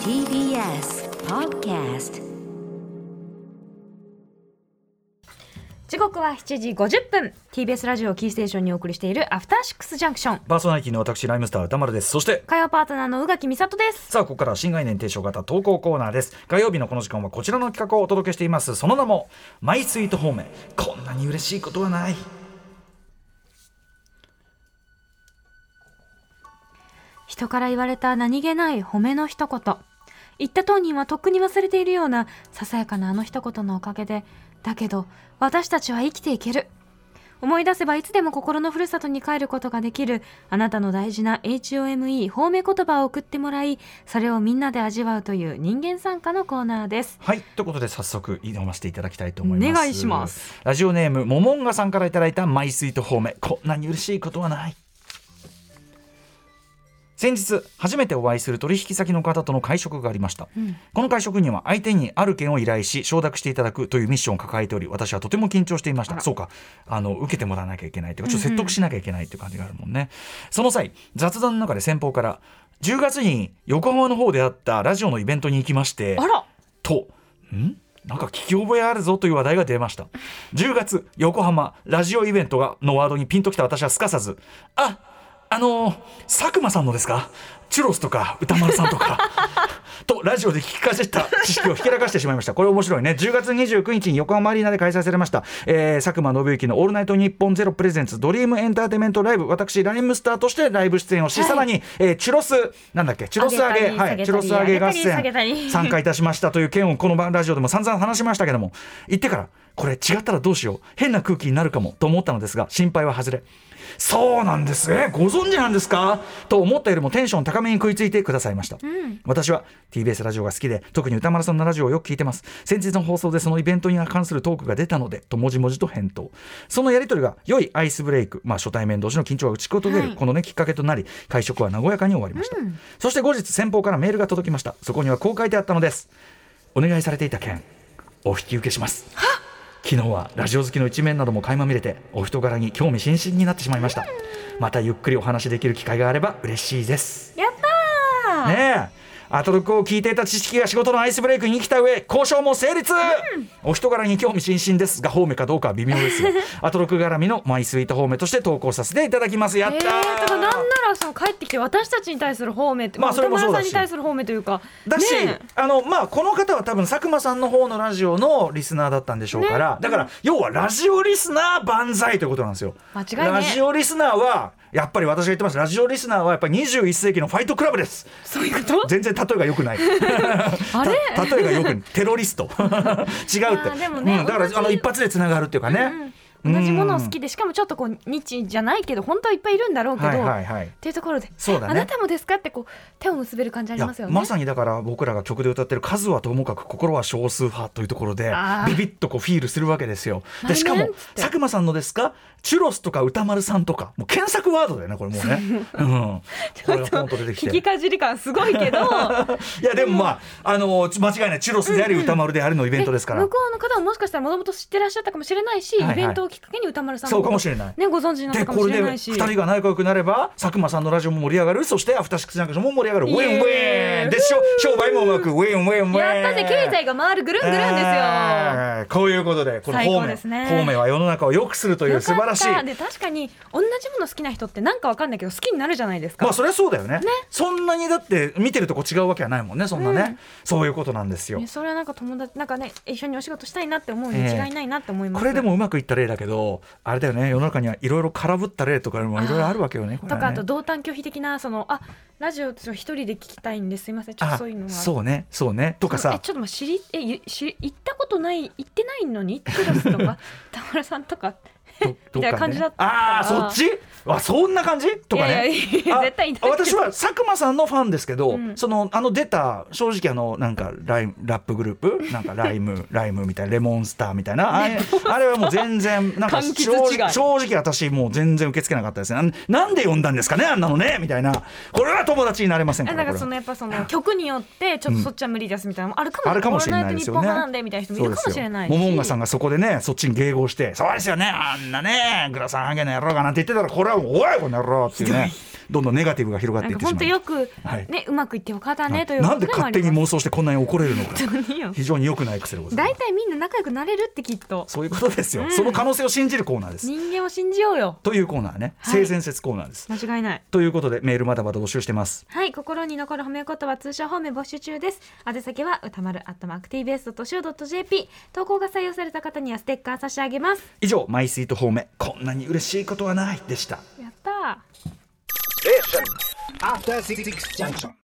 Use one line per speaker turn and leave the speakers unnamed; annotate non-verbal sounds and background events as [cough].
TBS Podcast
時刻は7時50分 TBS ラジオをキーステーションにお送りしているアフターシックスジャンクション
パーソナリティの私ライムスター歌丸ですそして
火曜パートナーの宇垣美里です
さあここからは新概念提唱型投稿コーナーです火曜日のこの時間はこちらの企画をお届けしていますその名もマイスイート方面こんなに嬉しいことはない
人から言われた何気ない褒めの一言言った当人はとっくに忘れているようなささやかなあの一言のおかげでだけど私たちは生きていける思い出せばいつでも心のふるさとに帰ることができるあなたの大事な HOME 褒め言葉を送ってもらいそれをみんなで味わうという人間参加のコーナーです
はいということで早速読ませていただきたいと思います
お願いします
ラジオネームももんがさんからいただいたマイスイート方面こんなに嬉しいことはない先日初めてお会いする取引先の方との会食がありました、この会食には相手にある件を依頼し承諾していただくというミッションを抱えており私はとても緊張していましたそうかあの受けてもらわなきゃいけないというかちょっと説得しなきゃいけないという感じがあるもんね、その際雑談の中で先方から10月に横浜の方であったラジオのイベントに行きまして
あら
とんなんか聞き覚えあるぞという話題が出ました10月横浜ラジオイベントがのワードにピンときた私はすかさずああのー佐久間さんのですかチュロスとか歌丸さんとかとラジオで聞きかじった知識をひけらかしてしまいましたこれ面白いね10月29日に横浜アリーナで開催されました、えー佐久間信之の「オールナイトニッポンゼロプレゼンツドリームエンターテイメントライブ私ライムスターとしてライブ出演をし、
はい
さらに、えーチュロスなんだっけチュロス揚げ
上げたり下げたり
はい、チュロス揚げ合
上げたり下げた
戦
り
参加いたしましたという件をこの番ラジオでも散々話しましたけども言ってからこれ違ったらどうしよう変な空気になるかもと思ったのですが心配は外れそうなんですねご存知なんですかと思ったよりもテンション高めに食いついてくださいました、私は TBS ラジオが好きで特に歌丸さんのラジオをよく聞いてます先日の放送でそのイベントに関するトークが出たのでともじもじと返答そのやり取りが良いアイスブレイク、まあ、初対面同士の緊張が打ちこと出る、
はい
このねきっかけとなり会食は和やかに終わりました、そして後日先方からメールが届きましたそこにはこう書いてあったのですお願いされていた件お引き受けします昨日はラジオ好きの一面なども垣間見れてお人柄に興味津々になってしまいましたまたゆっくりお話しできる機会があれば嬉しいです
やったー、
ねえアトロクを聞いていた知識が仕事のアイスブレイクに生きた上交渉も成立、お人柄に興味津々ですが方面かどうかは微妙ですがアトロク絡みのマイスイート方面として投稿させていただきますやったー、
えー、だからなんならその帰ってきて私たちに対する方面って、
まあそれもそう
歌
だ
丸さん
し
に対する方面というか
だし、
ね
あのまあ、この方は多分佐久間さんの方のラジオのリスナーだったんでしょうから、だから要はラジオリスナー万歳ということなんですよ。
間違いね
ラジオリスナーはやっぱり私が言ってますラジオリスナーはやっぱり21世紀のファイトクラブです
えそういうこと
全然例えが良くない
[laughs] あれ
た例えがよくテロ
[laughs]
リスト違うっ
あ
て、
でもね
うん、だから
同じ
あの一発でつながるっていうかね、
うん同じものを好きでしかもちょっとこうニッチじゃないけど本当はいっぱいいるんだろうけど、
はいはいはい
っていうところで
そうだね
あなたもですかってこう手を結べる感じあ
い
り
や
ますよね
まさにだから僕らが曲で歌ってる「数はともかく心は少数派」というところで
あー
ビビッとこうフィールするわけですよ。でしか
な
も
んつって
佐久間さんのですか「チュロス」とか「歌丸さん」とかもう検索ワードだよねこれもうね。
[laughs]
うん、これがポンと出てき
聞
て
き。かじり感すごいけど
いやでもまああの間違いない「チュロス」であり「歌丸」でありのイベントですから
向こうの方はもしかしたらもともと知ってらっしゃったかもしれないし、
はいはい
イベントをきっかけに歌丸さん
そうかもしれない。
ねご存知になった
で
かも
こ
し
れ
れ
で
ないし
2人が仲良くなれば佐久間さんのラジオも盛り上がるそしてアフターシックスジャンクションも盛り上がるウ
イエーイ
ェンウェンでしょ商売もうまくウェンウェンウェン
やったぜ経済が回るぐるんぐるんですよ、
えーこういうことでこの方
最高
面、
ですね
方面は世の中を良くするという素晴らしい
よかったで確かに同じもの好きな人ってなんかわかんないけど好きになるじゃないですか、
まあそれはそうだよねそんなにだって見てるとこ違うわけはないもんねそんなね、そういうことなんですよ
ね、それはなんか友達なんかね一緒にお仕事したいなって思うに違いないなって思います、
これでもうまくいった例だけどあれだよね世の中にはいろいろ空振った例とかもいろいろあるわけよねこれ
と
は
かあ
ね
と同担拒否的なそのあラジオちょっと一人で聞きたいんですいませんちょっと
あ
そういうのは
そうねそうねとか
え
さ
ちょっともう知りえゆ知り行ったことない行ってないのにクラスと
[laughs]
か田村さんとか
ど [laughs] ど
み
っか
たいな感じだったから
ああそっちあそんな感じとかね
いやいやいや
あ
絶対いないけど
私は佐久間さんのファンですけど、
うん
そのあの出た正直あのなんかライムラップグループな
[laughs]
んかライムライムみたいなレモンスターみたいなあれ [laughs] あれはもう全然なんか
柑
正
橘違い
直正直私もう全然受け付けなかったですねなんなんで呼んだんですかねあんなのねみたいなこれは友達になれませんか
あ
ら
なんかそ
これは
のやっぱその曲によってちょっとそっちは無理ですみたいなのもあるかも,、
あるかもしれないですよ
オールナイトニッポン
ね。
派なんでみたいな人もいるかもしれないし
モモンガさんがそこでね、そっちに迎合して、そうですよね、あんなね、グラサンハゲの野郎がなんて言ってたら、これはもうおい、この野郎っていうね。どんどんネガティブが広がっ
なん
ていっ
か
てし
本
ま
当
う
よく、
はい
ね、うまくいってよかった
は
ね
い
というこ
な
と
んで
でもあ
勝
り
手に
ま
妄想してこんなに怒れるのか
す。本当によ
非常に良くない癖でござい
大
ます
体みんな仲良くなれるってきっと
そういうことですよ、
うん
その可能性を信じるコーナーです
人間を信じようよ
というコーナーね
はい
性善説コーナーです、
間違いない
ということでメールまだまだ募集してます
はい心に残る褒め言葉通称褒め募集中です宛先は歌丸 at mark tbs.show.jp 投稿が採用された方にはステッカー差し上げます
以上マイスイート方面こんなに嬉しいことはないでした
やったー
After Six Junction.